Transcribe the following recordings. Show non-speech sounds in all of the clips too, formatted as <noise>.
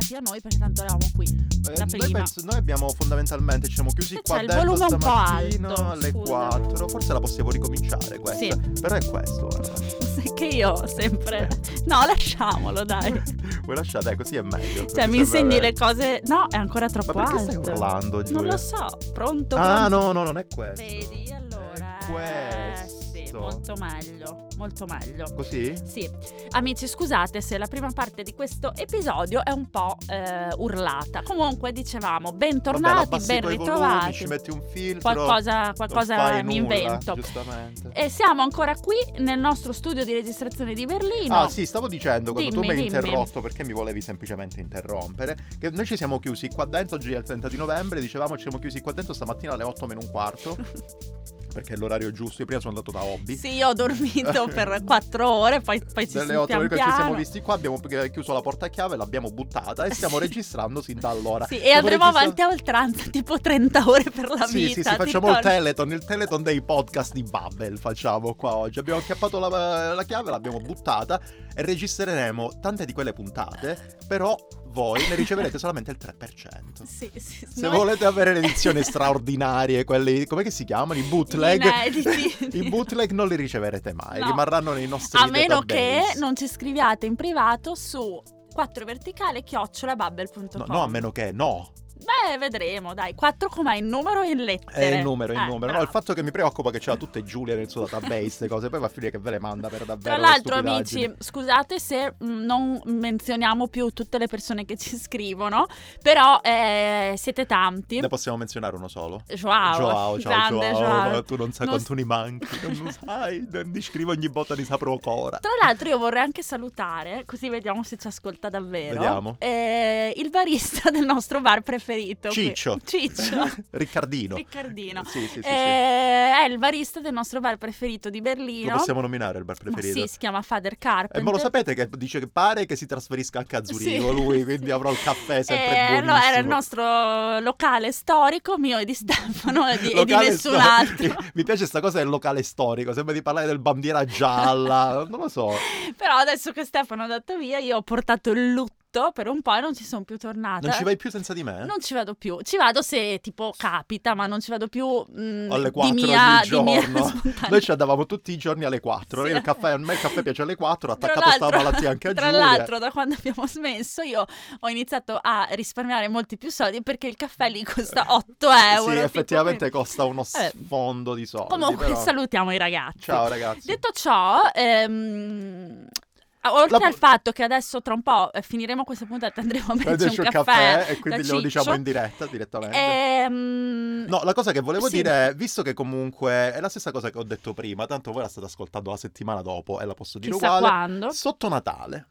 sia noi perché tanto eravamo qui. Eh, La noi, prima. penso- noi abbiamo fondamentalmente ci siamo chiusi Se qua c'è il dentro volume un po' stamattina alto, alle scusa. 4. Forse la possiamo ricominciare questa. Però è questo. eh. guarda. Sai <laughs> Che io ho sempre. Eh. No, lasciamolo, <laughs> dai. Vuoi lasciare? Eh, così è meglio. Cioè, mi insegni le cose. No, è ancora troppo Ma perché stai alto. urlando, Giulia? non lo so. Pronto? Ah, pronto. no, no, non è questo. Vedi, allora. È eh, Sì, questo. molto meglio. Molto meglio. Così? Sì, amici, scusate se la prima parte di questo episodio è un po' eh, urlata. Comunque, dicevamo, Vabbè, bentornati, abbassi i ben tuoi volumi, ci ritrovati. metti un filtro. Qualcosa, non qualcosa fai mi nulla, invento. Giustamente. E siamo ancora qui nel nostro studio di registrazione di Berlino. Ah sì, stavo dicendo quando tu Dimmi, mi hai dimmi. interrotto perché mi volevi semplicemente interrompere, che noi ci siamo chiusi qua dentro oggi è il 30 di novembre, dicevamo ci siamo chiusi qua dentro stamattina alle 8 meno un <laughs> quarto, perché è l'orario giusto, io prima sono andato da hobby. Sì, io ho <laughs> dormito per quattro ore, poi, poi ci Dalle siamo 8 pian perché ecco, ci siamo piano. visti qua, abbiamo chiuso la porta a chiave, l'abbiamo buttata e stiamo <laughs> Sì. registrando sin da allora. Sì, e Stiamo andremo registra- avanti a oltranza, tipo 30 ore per la Sì, vita. sì, sì, ti facciamo il torni- teleton, il teleton dei podcast di Bubble facciamo qua oggi. Abbiamo acchiappato la, la chiave, l'abbiamo buttata e registreremo tante di quelle puntate, però voi ne riceverete solamente il 3%. Sì, sì, Se volete avere <laughs> le edizioni straordinarie, quelli, come che si chiamano? I bootleg? Inediti. I bootleg non li riceverete mai, No. rimarranno nei nostri A meno che database. non ci scriviate in privato su 4 verticale chiocciolabubble.com. No, no, a meno che no. Beh, vedremo, dai. 4 com'è in numero e in È lettere. il numero, è il Eh, numero. No, bravo. il fatto che mi preoccupa che ce l'ha tutte Giulia nel suo database, queste cose, poi va a finire che ve le manda per Tra davvero. le l'altro, stupidaggini. amici, scusate se mh, non menzioniamo più tutte le persone che ci scrivono, però eh, siete tanti. Ne possiamo menzionare uno solo? Joao, Joao, ciao grande Joao, Joao. ma tu non sai Non quanto ne manchi, non lo sai, non ti scrivo ogni volta di sapro ancora. Tra l'altro io vorrei anche salutare, così vediamo se ci ascolta davvero, Vediamo. eh, il barista <laughs> del nostro bar preferito. qui. Ciccio. <laughs> <laughs> Ciccio. Riccardino. Riccardino. Sì, sì, sì, sì. Eh, È il barista del nostro bar preferito di Berlino. Lo possiamo nominare il bar Ma preferito. sì, si chiama Father Carpenter. E ma lo sapete che dice che pare che si trasferisca anche a Zurigo Sì. <laughs> lui, quindi avrà il caffè sempre Eh, buonissimo. allora, era il nostro locale storico, mio e di Stefano e di, e di Locale nessun stor- altro. <laughs> <laughs> Mi piace questa cosa del locale storico, sembra di parlare del bandiera gialla, non lo so. Però adesso che Stefano è andato via, io ho portato il lutto per un po' e non ci sono più tornata. Non ci vai più eh? senza di me? Non ci vado più, ci vado se tipo capita, ma non ci vado più mh, Alle 4 di mia, ogni di mia <laughs> giorno. spontanea- Noi ci andavamo tutti i giorni alle 4. Sì. Io il caffè, a me il caffè piace alle 4, ho Tra attaccato sta l'altro- malattia anche <laughs> a Tra Giulia. l'altro, da quando abbiamo smesso, io ho iniziato a risparmiare molti più soldi perché il caffè lì costa 8 euro. Eh, Sì, eh, tipo, effettivamente quindi- costa uno Vabbè. sfondo di soldi. Comunque, però. salutiamo i ragazzi. Ciao ragazzi. Detto ciò, ehm, oltre La- al fatto che adesso tra un po' eh, finiremo questa puntata e andremo a Prende prenderci il un suo caffè. e quindi da glielo diciamo Ciccio. in diretta direttamente. Ehm, No, la cosa che volevo Sì. dire è, visto che comunque è la stessa cosa che ho detto prima, tanto voi la state ascoltando la settimana dopo e la posso dire chissà uguale, quando. sotto Natale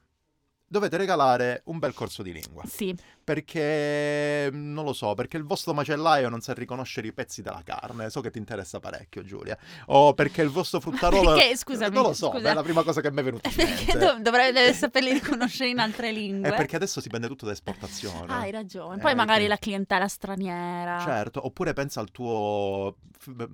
dovete regalare un bel corso di lingua. Sì, Perché mhmm, non lo so, perché il vostro macellaio non sa riconoscere i pezzi della carne. So che ti interessa parecchio, Giulia. O perché il vostro fruttarolo. Perché, scusami, non lo so, scusa. è la prima cosa che mi è venuta in mente. perché dov- dovrebbe deve saperli riconoscere in altre lingue. <laughs> È perché adesso si prende tutto da esportazione. Ah, hai ragione. Eh, Poi magari che- la clientela straniera. Certo, oppure pensa al tuo.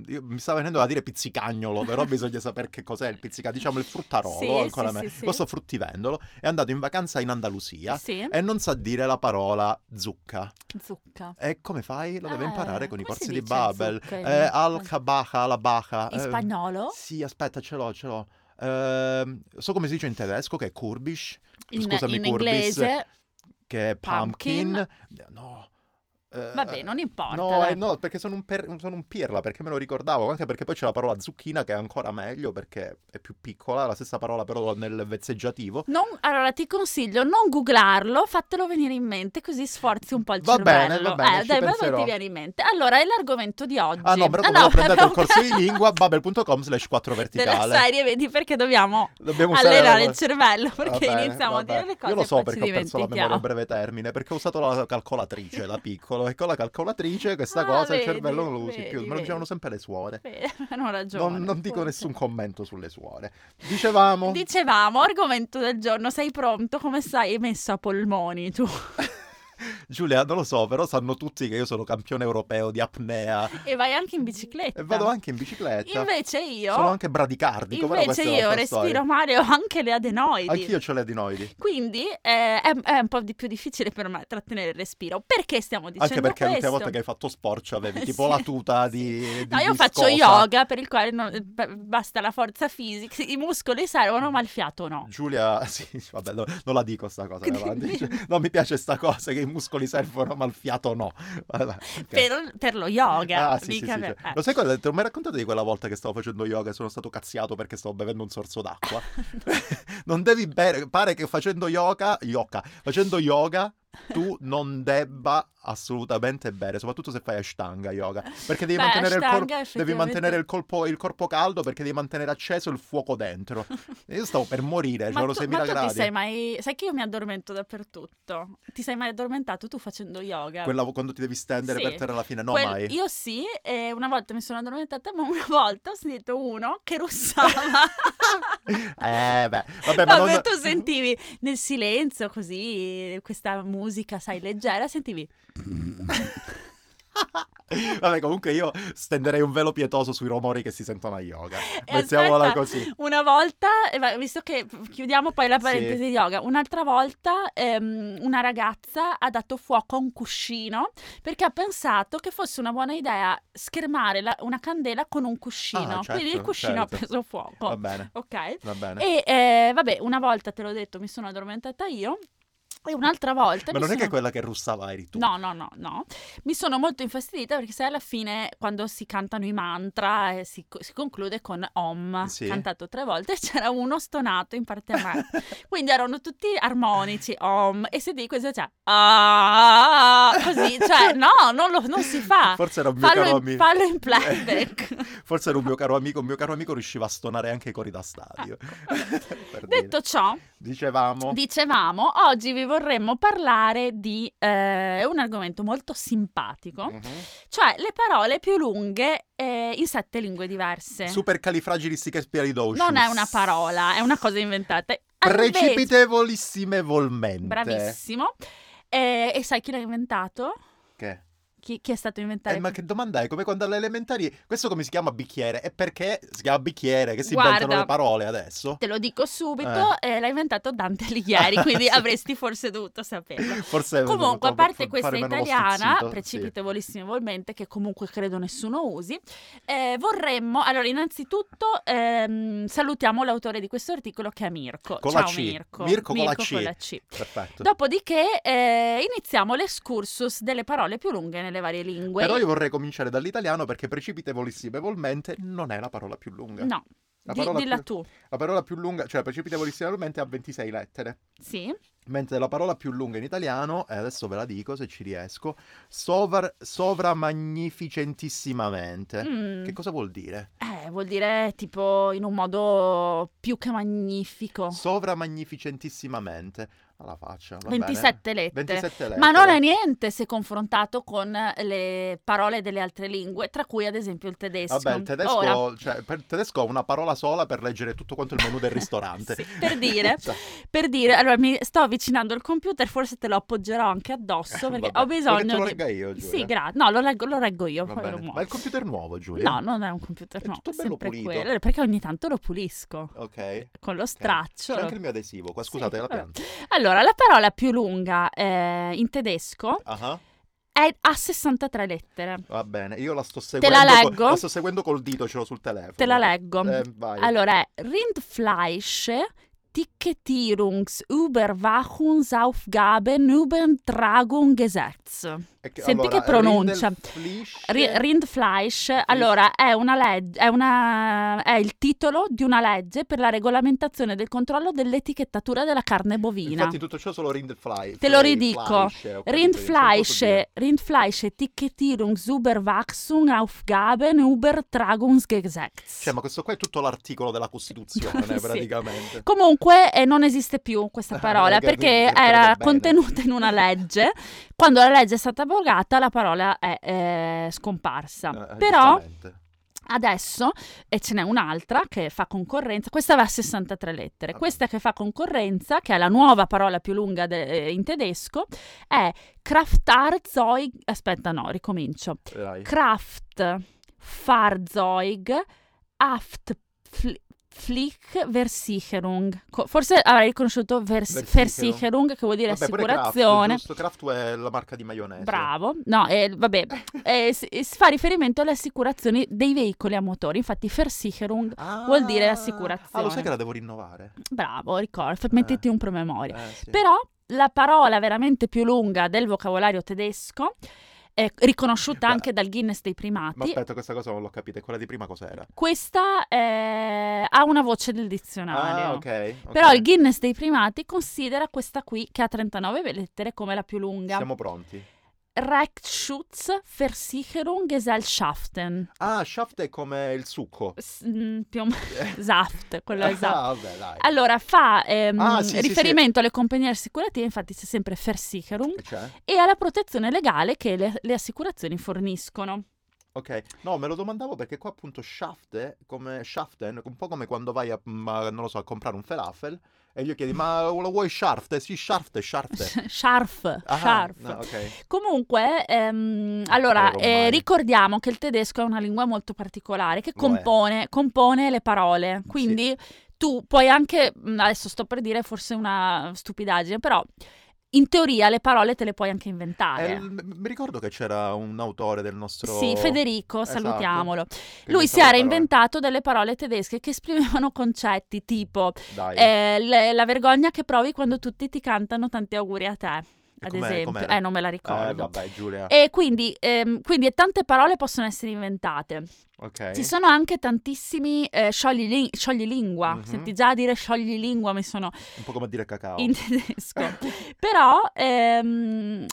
io- Mi sta venendo da dire pizzicagnolo, però bisogna sapere che cos'è il pizzicagnolo. Diciamo il fruttarolo, Sì, ancora sì, me- sì, sì. Questo fruttivendolo è andato in vacanza in Andalusia Sì, e non sa dire la parola zucca. zucca. E come fai? Lo deve Ah, imparare con i come si corsi di dice Babel. zucca in- Eh, al cabaca, alla baca. In eh, spagnolo? Sì, aspetta, ce l'ho, ce l'ho. Ehm, so come si dice in tedesco che è kurbisch, In, scusami, Eh, in Corbis. inglese? che è pumpkin. Pumpkin. No. eh, Vabbè, non importa. No, dai. eh, no, perché sono un, per- sono un pirla, perché me lo ricordavo, anche perché poi c'è la parola zucchina che è ancora meglio perché è più piccola, la stessa parola però nel vezzeggiativo. Non- allora ti consiglio, non googlarlo, fatelo venire in mente così sforzi un po' il Va bene, cervello. va bene, eh, ci dai, ma poi penserò. ti viene in mente. Allora, è l'argomento di oggi. Ah no, no, però <laughs> dovevo prendere il abbiamo corso di cambiato lingua babel.com <laughs> slash 4 Della verticale. serie, vedi perché dobbiamo Dobbiamo usare allenare la- il cervello Va perché bene, iniziamo va a dire bene. le cose Io lo e so poi perché ci ho perso la memoria a dimentichiamo. breve termine, perché ho usato la calcolatrice da piccolo e con la calcolatrice questa Ah, cosa vedi, il cervello non lo usi vedi, più, me lo vedi. dicevano sempre le suore. Beh, <laughs> hanno ragione. Non, non dico forse. nessun commento sulle suore. Dicevamo... <laughs> Dicevamo, argomento del giorno, sei pronto? Come sai, hai messo a polmoni tu? <laughs> Giulia, non lo so, però sanno tutti che io sono campione europeo di apnea E vai anche in bicicletta. e vado anche in bicicletta. Esatto. Invece io... sono anche bradicardico, però Invece questa è io un'altra storia. respiro mare ho anche le adenoidi. Anch'io ho le adenoidi. Quindi eh, è, è un po' di più difficile per me trattenere il respiro. Perché stiamo dicendo Anche perché l'ultima questo? volta che hai fatto sport cioè, avevi Eh, tipo sì, la tuta sì. di, di No, io faccio viscosa. yoga per il quale non- b- basta la forza fisica, i muscoli servono ma il fiato no. Giulia, <laughs> sì, vabbè, no- non la dico sta cosa, vai avanti. Dimmi. Cioè, non mi piace sta cosa che i muscoli servono ma il fiato no. <laughs> Vabbè, ok. Per, per lo yoga, Ah, sì, sì, mica sì, per- cioè, eh. Lo sai cosa? Ti ho mai raccontato di quella volta che stavo facendo yoga e sono stato cazziato perché stavo bevendo un <laughs> sorso d'acqua? <laughs> non devi bere, pare che facendo yoga, yoga, facendo yoga tu non debba assolutamente bere, soprattutto se fai ashtanga yoga, perché devi, Beh, mantenere, il cor- Ashtanga devi effettivamente- mantenere il, colpo- il corpo caldo perché devi mantenere acceso il <laughs> fuoco dentro. E io stavo per morire, Ma c'erano tu, ma 6.000 tu ti sei gradi. mai... Sai che io mi addormento dappertutto? Ti sei mai addormentato tu facendo yoga? Quella quando ti devi stendere Sì. per terra alla fine, no Quel- mai. Io sì, e una volta mi sono addormentata, ma una volta ho sentito uno che russava. <laughs> <laughs> Eh beh, vabbè, ma Vabbè, non... tu sentivi nel silenzio così questa musica, sai, leggera, sentivi. Vabbè, comunque io stenderei un velo pietoso sui rumori che si sentono a <laughs> yoga. E Mettiamola aspetta, così. Una volta, eh, va- visto che chiudiamo poi la Sì. parentesi di yoga, un'altra volta ehm, una ragazza ha dato fuoco a un cuscino perché ha pensato che fosse una buona idea schermare la- una candela con un cuscino. Ah, certo, Quindi il cuscino ha certo. preso fuoco. Va bene, Ok? va bene. E eh, vabbè, una volta te l'ho detto, mi sono addormentata io. E un'altra volta. mi Ma non è sono- che quella che russava eri tu. Eh, No, no, no, no. Mi sono molto infastidita perché sai alla fine quando si cantano i mantra eh, si, co- si conclude con Om, Sì. cantato tre volte, <laughs> c'era uno stonato in parte a <laughs> me. Quindi erano tutti armonici, Om, e se dico cioè, cioè, "Ah", così, cioè <laughs> no, non, lo- non si fa. Forse era un mio caro Fallo in, amico. fallo <laughs> in playback. Forse era un mio caro amico. Un mio caro amico riusciva a stonare anche i cori da stadio. <laughs> Per dire. Ecco. Detto ciò, Dicevamo. dicevamo, oggi vi vorremmo parlare di eh, un argomento molto simpatico. Mhm. Cioè, le parole più lunghe eh, in sette lingue diverse. Supercalifragilisticexpialidocious. non è una parola, è una cosa inventata. Invece- Precipitevolissimevolmente. Bravissimo. Eh, e sai chi l'ha inventato? Che? Chi, chi è stato inventato? Eh, ma che domanda è? Come quando alle elementari. Questo come si chiama bicchiere? E perché si chiama bicchiere? Che si inventano Guarda. le parole adesso? Te lo dico subito, eh, l'ha inventato Dante Alighieri, quindi <laughs> Ah, Sì. Eh, avresti forse dovuto saperlo. Forse Comunque, a dovevo parte fa- questa fare meno lo italiana, stizzito, precipitevolissimevolmente, che comunque credo nessuno usi, eh, vorremmo, allora innanzitutto ehm, salutiamo l'autore di questo articolo che è Mirko. Con la Ciao C. Mirko. Mirko con la C. con la C. sì. Perfetto. Dopodiché eh, iniziamo l'escursus delle parole più lunghe nelle varie lingue. Però io vorrei cominciare dall'italiano perché precipitevolissimevolmente non è la parola più lunga. No, La di- parola dilla più- tu. La parola più lunga, cioè precipitevolissimevolmente ha 26 lettere, Sì. mentre la parola più lunga in italiano, e adesso ve la dico se ci riesco, sovar- sovramagnificentissimamente. Mm. Eh, Che cosa vuol dire? Eh, vuol dire tipo in un modo più che magnifico. Sovramagnificentissimamente. Alla faccia. va bene. 27 lettere. 27 lettere. Ma non è niente se confrontato con le parole delle altre lingue, tra cui ad esempio il tedesco. Vabbè, il tedesco, Ora, cioè, per il tedesco ho una parola sola per leggere tutto quanto il menù <laughs> del ristorante. Sì, per dire. <laughs> Cioè, per dire, allora mi sto avvicinando al computer, forse te lo appoggerò anche <laughs> addosso perché vabbè. ho Vuoi che te bisogno lo di... legga io, Giulia? Sì, grazie. No, lo leggo, lo reggo io, Va poi lo bene. Ma muovo. il computer nuovo, Giulia? No, non è un computer, È no, tutto bello sempre pulito. quello, perché ogni tanto lo pulisco Ok. con lo straccio. C'è lo- anche il mio adesivo qua, scusate, Sì, la vabbè. pianta. Allora, la parola più lunga eh, in tedesco Ah, è a 63 lettere. va bene, io la sto la seguendo. col- leggo? la sto seguendo col dito, ce l'ho sul telefono. Te la leggo. Eh, vai. Allora, è Rindfleisch, Ticketierungs, Überwachungsaufgaben, Übertragungsgesetz. E che- senti allora, che pronuncia. Rindelfleisch- Ri- Rindfleisch, allora, è, una leg- è, una- è il titolo di una legge per la regolamentazione del controllo dell'etichettatura della carne bovina. Infatti tutto ciò solo Rindfly. Te lo ridico. cioè, Rindfleisch, Rindfleisch, Ticketierung, Überwachsung, Aufgaben, Übertragungsgesetz. Cioè, ma questo qua è tutto l'articolo della Costituzione, <laughs> Sì. praticamente. Comunque eh, non esiste più questa <laughs> Ah, parola ok, quindi perché ti ricordo era bene. contenuta in una legge. Quando la legge è stata abrogata la parola è eh, scomparsa. Eh, Però giustamente. Adesso, e ce n'è un'altra che fa concorrenza, questa aveva 63 lettere, Ah. questa che fa concorrenza, che è la nuova parola più lunga de- eh, in tedesco, è Kraftarzeug, aspetta no, ricomincio, Dai. Kraft, Fahrzeug, Aft, Fl- Flickversicherung. Co- Forse avrei riconosciuto vers- Versicherung. Versicherung, che vuol dire Vabbè, pure Kraft, assicurazione. giusto? Kraft è la marca di maionese. Bravo, no, eh, <laughs> vabbè, eh, si, si fa riferimento alle assicurazioni dei veicoli a motori, infatti Versicherung, Ah. Vuol dire assicurazione. Ah, lo sai che la devo rinnovare? bravo, ricordo, mettiti un promemoria. Eh, sì. Però la parola veramente più lunga del vocabolario tedesco, eh, riconosciuta Ma- anche dal Guinness dei primati, Ma aspetta, questa cosa non l'ho capita. E Quella di prima cos'era? questa eh, ha una voce del dizionario. Ah, ok. ok. Però il Guinness dei primati considera questa qui, che ha 39 lettere, come la più lunga. Siamo pronti. Rechtschutzversicherungsgesellschaften. Ah, Shaft è come il succo. <laughs> S- mm, più o <laughs> meno- Saft, quello è Saft. Ah, vabbè, dai. Allora, fa ehm, Ah, sì, sì, sì. riferimento alle compagnie assicurative, infatti c'è sempre Versicherung, E C'è? e alla protezione legale che le, le assicurazioni forniscono. Ok. No, me lo domandavo perché qua appunto Shaft è come Shaften, un po' come quando vai a, ma, non lo so, a comprare un falafel e gli chiedi "Ma lo vuoi Shaft?" Sì, <laughs> Shaft, Shaft. Scharf, Ah, scharf. no, ok. Comunque, ehm, allora, Prego, eh, vai. ricordiamo che il tedesco è una lingua molto particolare che Lo è. compone, compone le parole, quindi tu puoi anche, mh, adesso sto per dire forse una stupidaggine, però in teoria le parole te le puoi anche inventare. Eh, m- mi ricordo che c'era un autore del nostro Ah, Sì, Federico, Esatto. salutiamolo. che Lui si inventava era le parole. inventato delle parole tedesche che esprimevano <laughs> concetti tipo Dai. eh, le- la vergogna che provi quando tutti ti cantano tanti auguri a te, ad com'è- esempio. com'era? Eh, non me la Eh, ricordo. vabbè, Giulia. E quindi, ehm, quindi tante parole possono essere inventate. ok. Ci sono anche tantissimi eh, scioglili- scioglilingua. Mhm. Senti già dire scioglilingua mi sono Un po' come dire cacao. in <laughs> tedesco. Però ehm,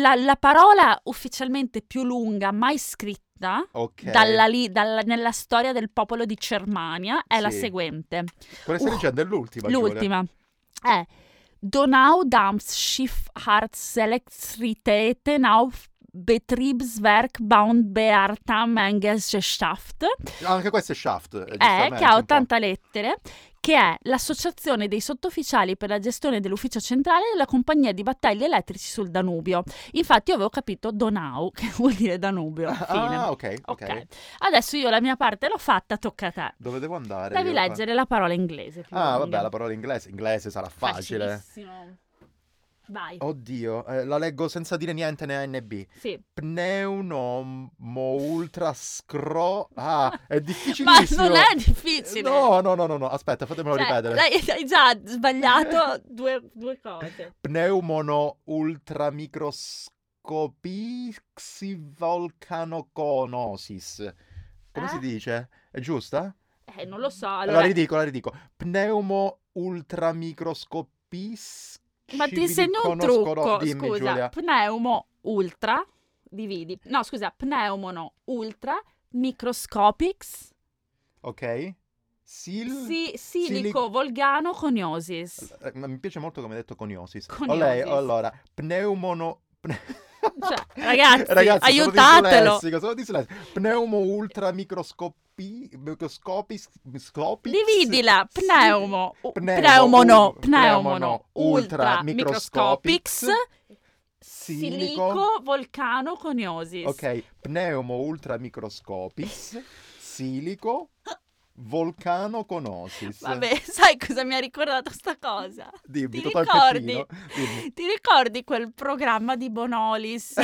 la, la parola ufficialmente più lunga mai scritta Ok. dalla li- dalla- nella storia del popolo di Germania è la Sì. seguente. Quella stai Uh, dicendo è l'ultima, Giulia. L'ultima Eh, è Donau Dams Schifffahrtselektritäten auf Betriebswerk Bound Beartam Gesellschaft Anche questo è Shaft. eh, è giustamente, che ha un po'. 80 lettere che è l'associazione dei sottufficiali per la gestione dell'ufficio centrale della compagnia di battagli elettrici sul Danubio infatti io avevo capito Donau <laughs> che vuol dire Danubio fine. Ah, ok, ok. ok adesso io la mia parte l'ho fatta tocca a te Dove devo andare? devi io qua? leggere la parola inglese più Ah, lunga. vabbè, la parola inglese. Inglese sarà facile. Facilissimo. Vai. Oddio, eh, la leggo senza dire niente né A né B. Sì. Pneunomo ultra scro. Ah, è <laughs> difficilissimo. Ma non è difficile. No, no, no, no, no. Aspetta, fatemelo Cioè, ripetere. Hai, hai già sbagliato due, due cose. Pneumono ultramicroscopixivolcanoconosis. Come Eh? si dice? È giusta? Eh, non lo so. Allora, Allora, la ridico, la ridico. Pneumo ultramicroscopis. ma ti insegno un trucco. Dimmi, scusa, Giulia. pneumo ultra dividi. No, scusa, pneumono ultra microscopics Ok? Sil... si, silico silic- volgano coniosis. Eh, ma Mi piace molto come hai detto coniosis. Coniosis. Olè, allora, pneumono... pne- Cioè, ragazzi, <laughs> sono aiutatelo. dislessico, Sono dislessico. Pneumo ultramicroscopi... Microscopi... Microscopi... Dividila, si- pneumo, u- pneumo, pneumono, ul- pneumono, pneumono, ultra, ultra, microscopics, silico- silico, volcano, coniosis. Ok, pneumo <laughs> ultramicroscopis, silico, volcano conosis. Vabbè, <laughs> sai cosa mi ha ricordato sta cosa? Dimmi, ti tutto al ricordi? pettino. Dimmi. Ti ricordi quel programma di <laughs> Bonolis?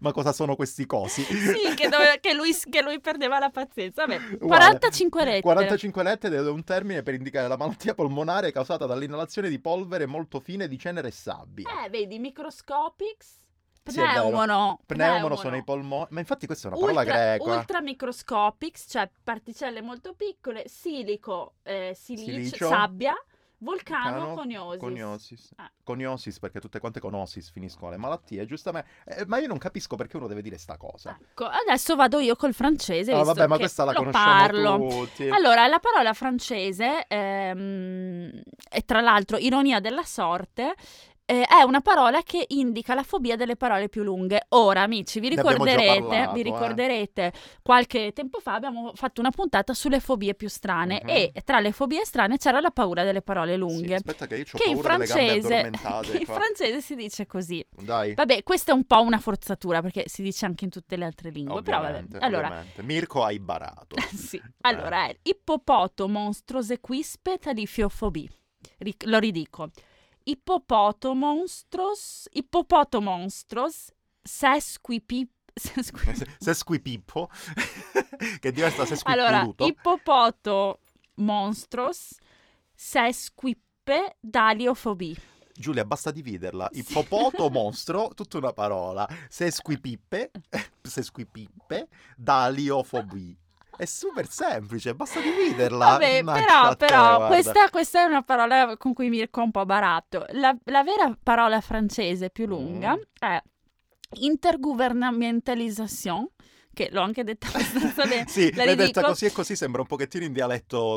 Ma cosa sono questi cosi? sì, che, dove- che lui, che lui perdeva la pazienza. Vabbè, Uguale. 45 lettere. 45 lettere ed è un termine per indicare la malattia polmonare causata dall'inalazione di polvere molto fine di cenere e sabbia. Eh, vedi, microscopics, Sì, è vero. pneumono. Pneumono sono i polmoni. Ma infatti questa è una parola ultra, greca. ultramicroscopics, cioè particelle molto piccole, silico, eh, silicio, Silicio. sabbia, volcano, Vulcano, coniosis. Coniosis. Ah. Coniosis, perché tutte quante conosis finiscono le malattie, giustamente. Eh, ma io non capisco perché uno deve dire sta cosa. Ecco, adesso vado io col francese. Ah, visto vabbè, ma che questa la lo conosciamo parlo. tutti. Allora, la parola francese, ehm, e tra l'altro, ironia della sorte, eh, è una parola che indica la fobia delle parole più lunghe. Ora, amici, vi Ne abbiamo già ricorderete, parlato, vi eh. ricorderete qualche tempo fa abbiamo fatto una puntata sulle fobie più strane Mhm. e tra le fobie strane c'era la paura delle parole Sì, lunghe. aspetta che io ho che in paura delle gambe francese, <laughs> che addormentate. in qua. francese si dice così. Dai. Vabbè, questa è un po' una forzatura perché si dice anche in tutte le altre lingue. Però vabbè. Ovviamente, Allora, ovviamente. Mirko hai barato. Eh sì. Allora, è ippopoto monstrose quispe talifiofobi. Ri- lo ridico. Ippopoto monstros, ippopoto monstros, sesquipi... sesqui- <laughs> Se squipippo, <laughs> che diventa se allora, squipuluto. ippopoto monstros, sesquippe daliofobi. Giulia, basta dividerla. Sì. <laughs> Ippopoto, mostro, tutta una parola. Se <laughs> squipippe, se squipippe, daliofobi. È super semplice, basta dividerla. Vabbè, Mannaggia però, a te, però guarda. questa, questa è una parola con cui Mirko è un po' baratto. La, la vera parola francese più lunga Mm. è intergovernamentalisation, che l'ho anche detta <laughs> abbastanza bene. Sì, La l'hai detta ridico. così e così sembra un pochettino in dialetto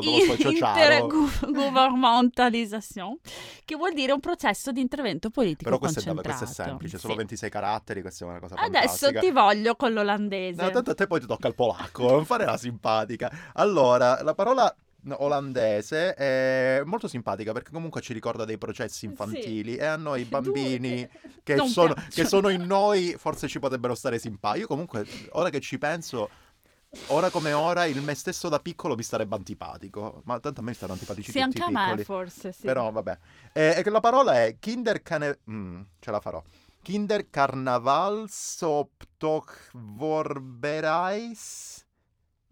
<laughs> non lo so, ciociaro. Intergovernamentalisation, che vuol dire un processo di intervento politico Però questa è, dava- concentrato. questa è semplice, Sì. solo 26 caratteri, questa è una cosa Adesso fantastica. ti voglio con l'olandese. No, tanto a te poi ti tocca il polacco, non fare la simpatica. Allora, la parola olandese è molto simpatica perché comunque ci ricorda dei processi infantili e <laughs> a noi i bambini Tu- che eh, non sono, piacciono. che sono in noi forse ci potrebbero stare simpatici. Io comunque, ora che ci penso, ora come ora, il me stesso da piccolo mi starebbe antipatico. Ma tanto a me stanno antipatici Sì, tutti anche i a me piccoli. forse, sì. Però vabbè. Eh, e che la parola è Kinderkane... Mm, ce la farò. Kinderkarnavalsoptochvorbereis...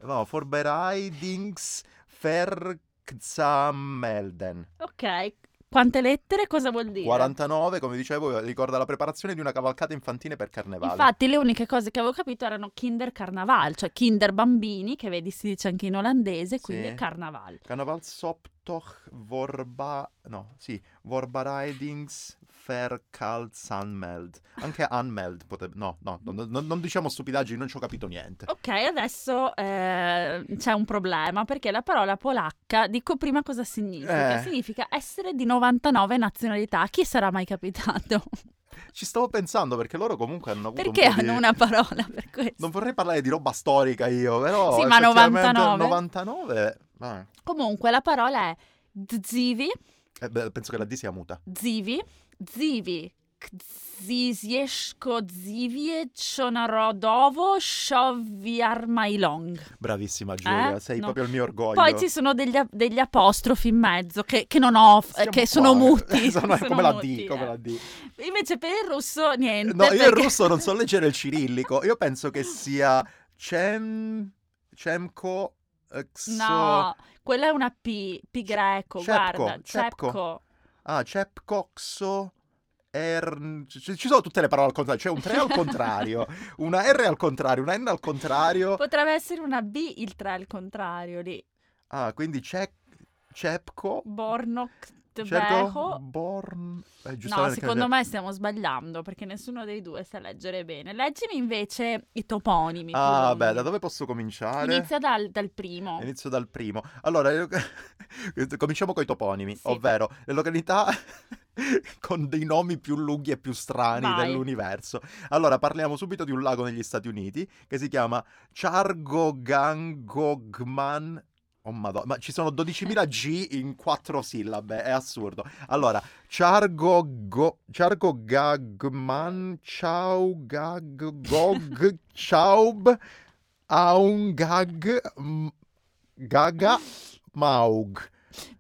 No, Vorbereidungsverksammelden. Ok, quante lettere cosa vuol dire? 49, come dicevo, ricorda la preparazione di una cavalcata infantile per carnevale. Infatti le uniche cose che avevo capito erano Kinder Carnaval, cioè Kinder bambini, che vedi si dice anche in olandese, quindi Sì. Carnaval. Karnevalsoptoch vorba... No, sì, Vorbereidungsverkalsanmeld. Anche anmeld potrebbe... No, no, no, no, non diciamo stupidaggini, non ci ho capito niente. Ok, adesso eh, c'è un problema perché la parola polacca, dico prima cosa significa. Eh. Significa essere di 99 nazionalità. Chi sarà mai capitato? Ci stavo pensando perché loro comunque hanno avuto Perché un po' di- hanno una parola per questo? Non vorrei parlare di roba storica io, però Sì, ma effettivamente 99? 99? eh, Comunque la parola è dzivi, eh, beh, penso che la D sia muta. dzivi, dzivi. Zizieszko zivie Narodovo Szowiarmajlong. Bravissima Giulia, Eh? sei No. proprio il mio orgoglio. Poi ci sono degli, a- degli apostrofi in mezzo che, che non ho, f- Siamo che qua, sono eh. muti. <laughs> Sono- sono come la muti, D, come eh. la D. Invece per il russo niente. No, io il perché- russo non so leggere il cirillico. Io penso che sia Cem... Cemco... Xo... <laughs> No, quella è una P, P greco, Cepco, guarda, cepco. cepco. Ah, Cepcoxo... Er... Ci ci sono tutte le parole al contrario, c'è un 3 al contrario, <laughs> una R al contrario, una N al contrario. Potrebbe essere una B il 3 al contrario lì. Ah, quindi c'è Cepco. Cerco Bornoktbeho. Certo? Born. eh, No, giustamente secondo che- me stiamo sbagliando perché nessuno dei due sa leggere bene. Leggimi invece i toponimi. più Ah, lunghi. beh, da dove posso cominciare? Inizia dal, dal primo. Inizio dal primo. Allora, io- <laughs> cominciamo con i toponimi, Sì. ovvero le località <laughs> con dei nomi più lunghi e più strani Vai. dell'universo. Allora, parliamo subito di un lago negli Stati Uniti che si chiama Chargogangogman. Oh madonna, ma ci sono 12.000 G in quattro sillabe, è assurdo. Allora, Chargogo, Chargogagman, Chaugagog, Chaub, Aungag, M- Gaga, Maug.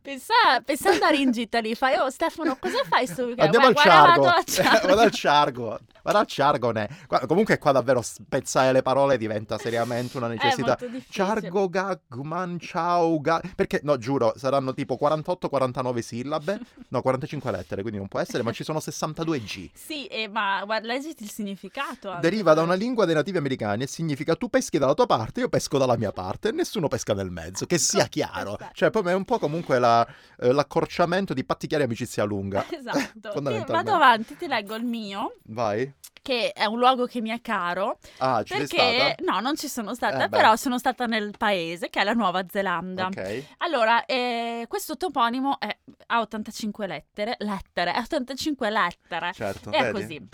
Pensa, pensa andare in gita lì, fai, oh Stefano, cosa fai sto <laughs> weekend? Andiamo al Guarda, guarda, Chargo. <laughs> vado a Chargo. Vado al Chargo. Vado al Chargone. Guarda, comunque qua davvero spezzare le parole diventa seriamente una necessità. <laughs> È molto difficile. Chargo Gagman Ciao ga- Perché no, giuro, saranno tipo 48-49 <laughs> sillabe. No, 45 lettere, quindi non può essere, ma ci sono 62 G. Sì, eh, ma guarda, leggiti il significato. eh. anche. <laughs> Deriva da una lingua dei nativi americani e significa tu <laughs> peschi dalla tua parte, io pesco dalla mia parte e nessuno pesca nel mezzo, che sia chiaro. Perfetto. Cioè, poi è un po' comunque la, la- eh, l'accorciamento di pattichiare amicizia lunga. <laughs> Esatto. Io Fondamentalmente. vado avanti, ti leggo il mio, Vai. che è un luogo che mi è caro, Ah, ci sei perché no, non ci sono stata, Eh, beh. però sono stata nel paese che è la Nuova Zelanda. stata? Ok. Allora, eh, questo toponimo è- ha 85 lettere, lettere, ha 85 lettere. Certo. È vedi? Eh, così.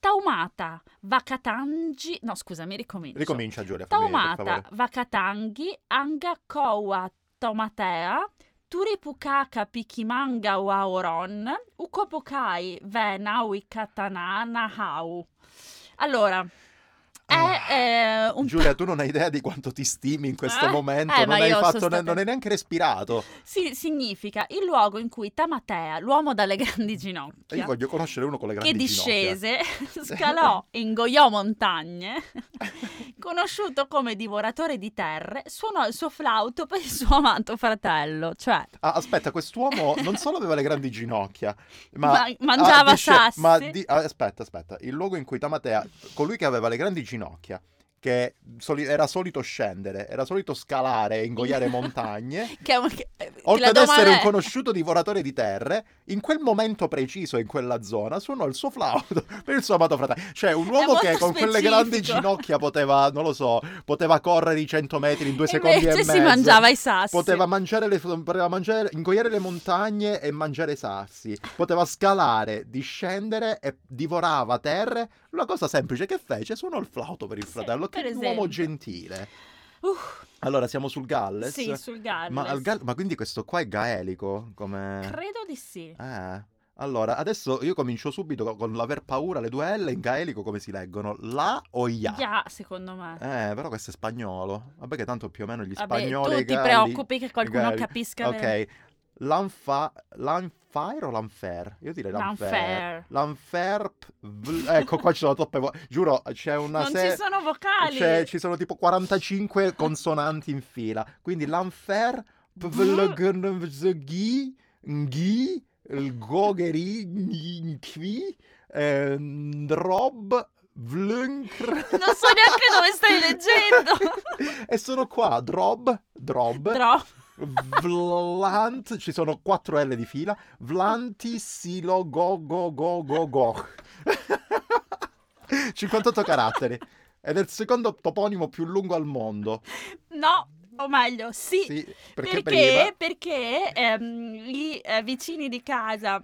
Taumata, Vacatangi, no scusami, ricomincio. Ricomincia Giulia. fammi- per Taumata, favore. Vacatanghi, Angakoa, Taumatea, Turipukaka, Pikimanga, Waoron, Ukopokai, Vena, Wikatana, Nahau. Allora, è Ah. eh, un Giulia, tu non hai idea di quanto ti stimi in questo Eh? momento. Eh, ma non, hai io sono fatto, stata- non hai neanche respirato. si- significa il luogo in cui Tamatea, l'uomo dalle grandi E ginocchia, Io voglio conoscere uno con le grandi che ginocchia. discese, <laughs> scalò e ingoiò montagne, <laughs> conosciuto come divoratore di terre, suonò il suo flauto per il suo amato fratello, cioè Ah, aspetta, <laughs> quest'uomo non solo aveva le grandi ginocchia, ma, Ma- mangiava ah, disce- sassi. Ma di- ah, aspetta, aspetta, il luogo in cui Tamatea, colui che aveva le grandi ginocchia, che soli- era solito scendere, era solito scalare <laughs> e ingoiare montagne, Che è un- che- eh, oltre la ad essere domanda un è- conosciuto divoratore di terre, in quel momento preciso in quella zona suonò il suo flauto <laughs> per il suo amato fratello. Cioè, un uomo molto che con quelle grandi specifico. ginocchia poteva, non lo so, poteva correre i 100 metri in due secondi e Invece mezzo. si mangiava i sassi. Poteva mangiare, le, poteva mangiare, ingoiare le montagne e mangiare i sassi. Poteva scalare, discendere e divorava terre. Una cosa semplice che fece, suonò il flauto per il Sì, fratello. per che esempio. uomo gentile. Uh, Allora, siamo sul Galles. sì, sul Galles. Ma, al Gall- ma quindi questo qua è gaelico? Come... Credo di sì. Eh. Allora, adesso io comincio subito co- con l'aver paura, le due L in gaelico come si leggono? La o ya? Ya, secondo me. Ah. Eh, però questo è spagnolo. Vabbè che tanto più o meno gli Vabbè, spagnoli... tu e i ti galli- preoccupi che qualcuno Gali- capisca le- Ok, l'anfa... l'anfair o l'anfer? Io direi l'anfer. l'unfair. L'anferp... vl- Ecco, qua ci sono troppe voci. Giuro, c'è una Non se- ci sono vocali. c'è- Cioè, ci sono tipo 45 consonanti in fila. Quindi l'anfer... Pvlgnvzghi... Nghi... Lgogheri... Nkvi... ehm, Drob... Vlunkr... Non so neanche dove stai leggendo. <laughs> e sono qua, drob, drob, Però Vlant, ci sono quattro L di fila. Vlanti, silo, go, go, go, go, go. <laughs> 58 caratteri. Ed è il secondo toponimo più lungo al mondo. no, o meglio, sì. Sì, perché, perché prima... perché, ehm, i eh, vicini di casa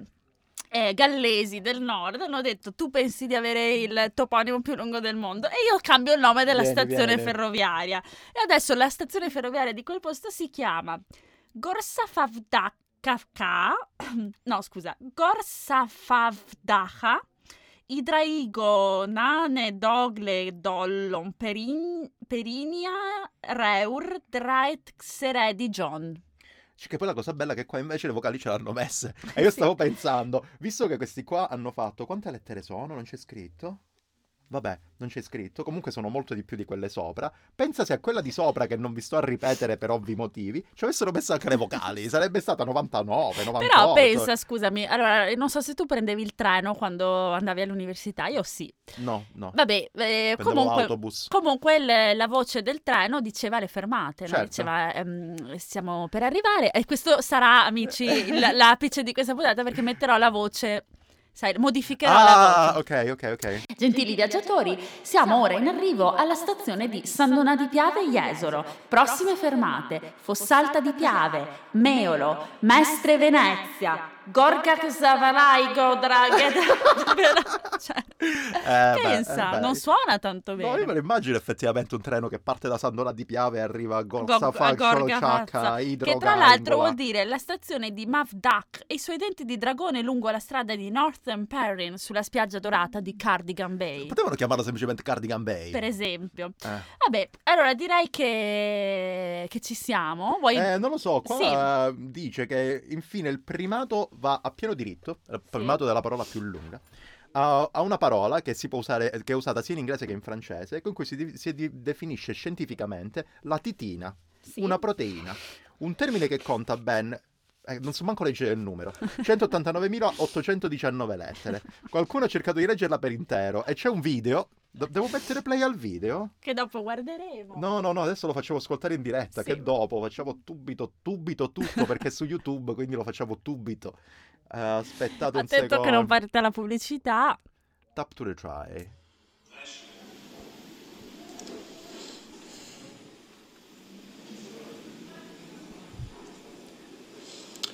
eh, gallesi del nord hanno detto tu pensi di avere il toponimo più lungo del mondo e io cambio il nome della Vieni, stazione vieni. ferroviaria e adesso la stazione ferroviaria di quel posto si chiama Gorsafavdaka <coughs> no scusa Gorsafavdaha Idraigo Nane Dogle Dollon Perin- Perinia Reur Draet Xeredi John Cioè, Che poi la cosa bella è che qua invece le vocali ce l'hanno <laughs> messe. E io stavo pensando, visto che questi qua hanno fatto... Quante lettere sono? Non c'è scritto? Vabbè, non c'è scritto. Comunque sono molto di più di quelle sopra. Pensa se a quella di sopra, che non vi sto a ripetere per ovvi motivi, ci avessero messo anche le vocali. Sarebbe stata 99, 98. Però pensa, scusami, allora non so se tu prendevi il treno quando andavi all'università, io sì. No, no. Vabbè, eh, Prendevo comunque, l'autobus. comunque il- la voce del treno diceva le fermate, no? Certo. diceva ehm, stiamo per arrivare e questo sarà, amici, Eh. il- l'apice di questa puntata perché metterò la voce, sai, modificherò la voce. Ah, ok, ok, <laughs> ok. Gentili viaggiatori, siamo ora in arrivo alla stazione di San Donà di Piave e Jesolo. Prossime fermate: Fossalta di Piave, Meolo, Mestre Venezia, Gorga Xavaraigo <laughs> Draghe. Cioè, Eh, beh, pensa, eh, beh. non suona tanto No, io me bene. lo immagino effettivamente un treno che parte da Sandora di Piave e arriva a Gorsa, Go- a Gorga Fazza, Facciacca, Idro, Che tra l'altro vuol dire la stazione di Mavdak e i suoi denti di dragone lungo la strada di Northern Perrin sulla spiaggia dorata di Cardigan Bay, Potevano chiamarlo semplicemente Cardigan Bay. per esempio. Eh. Vabbè, allora direi che, che ci siamo. Vuoi... Eh, non lo so, qua Sì. eh, dice che infine il primato va a pieno diritto, il primato della parola più lunga, a, a una parola che si può usare, che è usata sia in inglese che in francese, con cui si, di- si di- definisce scientificamente la titina, Sì. una proteina, un termine che conta ben... eh, non so manco leggere <laughs> il numero. 189.819 lettere. Qualcuno ha cercato di leggerla per intero e c'è un video Do- devo mettere play al video? Che dopo guarderemo. No, no, no, adesso lo facciamo ascoltare in diretta, Sì. che dopo facciamo subito, subito tutto, perché è su YouTube, quindi lo facciamo subito. Eh, aspettate un Attento secondo. che non parte la pubblicità. Tap to retry.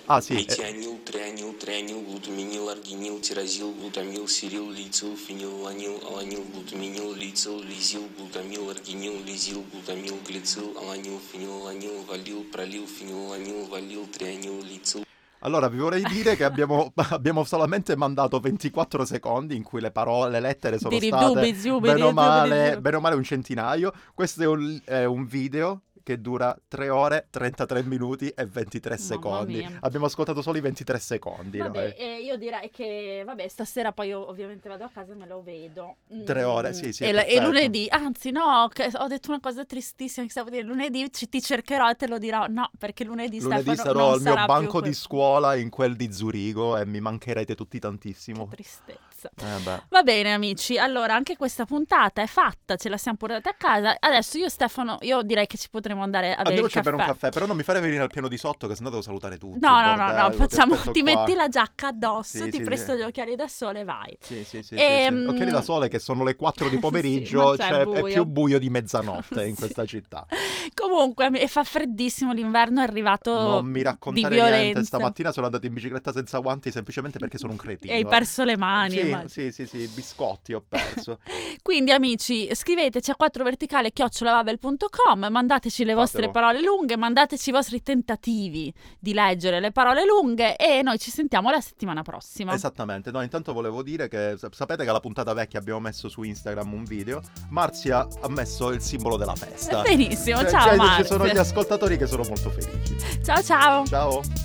Ah sì, eh, Метионил, трианил, трианил, глутаминил, аргинил, тирозил, глутамил, сирил, лицил, фенил, ланил, аланил, глутаминил, лицил, лизил, глутамил, аргинил, лизил, глутамил, глицил, аланил, фенилаланил, валил, пролил, фенилаланил, валил, трианил, лицил. allora vi vorrei dire che abbiamo, <laughs> abbiamo solamente mandato 24 secondi in cui le parole, le lettere sono Diri state dubbi, zubi, bene diri o, dubbi, male, diri- bene o male un centinaio. Questo è un, è un video che dura 3 ore, 33 minuti e 23 Mamma secondi. mia. Abbiamo ascoltato solo i 23 secondi. Vabbè, noi. eh, io direi che vabbè, stasera poi io ovviamente vado a casa e me lo vedo. Mm. Tre ore, sì, sì, E, la- e perfetto. lunedì, anzi no, che- ho detto una cosa tristissima che stavo per dire, lunedì ci- ti cercherò e te lo dirò. No, perché lunedì, Lunedì Stefano sarò non al mio sarà più banco qui. di scuola in quel di Zurigo e mi mancherete tutti tantissimo. Tristezza. Eh beh. Va bene amici, allora anche questa puntata è fatta, ce la siamo portata a casa. Adesso io e Stefano, io direi che ci potremmo andare a bere il Andiamoci a caffè. bere un caffè, però non mi fare venire al piano di sotto, che sennò devo salutare tutti. No, no, no, bordello, no, ti facciamo, aspetto ti qua. metti la giacca addosso, Sì, ti sì, presto sì. gli occhiali da sole e vai. Sì, sì, sì, Ehm, sì, sì. Occhiali da sole che sono le 4 <laughs> di sì, pomeriggio, non c'è cioè, buio. è più buio di mezzanotte <laughs> in Sì. questa città. Comunque, e fa freddissimo l'inverno, è arrivato Non mi di raccontare violenza. niente, stamattina sono andato in bicicletta senza guanti semplicemente perché sono un cretino. E hai perso le mani. Sì, immagino. sì, sì, sì, biscotti ho <laughs> perso. Quindi amici, scriveteci a 4 verticale chiocciolavabel.com, mandateci le vostre Fatelo. parole lunghe, mandateci i vostri tentativi di leggere le parole lunghe e noi ci sentiamo la settimana prossima. Esattamente, no, intanto volevo dire che sa- sapete che alla puntata vecchia abbiamo messo su Instagram un video, Marzia ha messo il simbolo della festa. Benissimo, Cioè, ciao cioè, Marzia. Ci sono gli ascoltatori che sono molto felici. Ciao ciao. Ciao!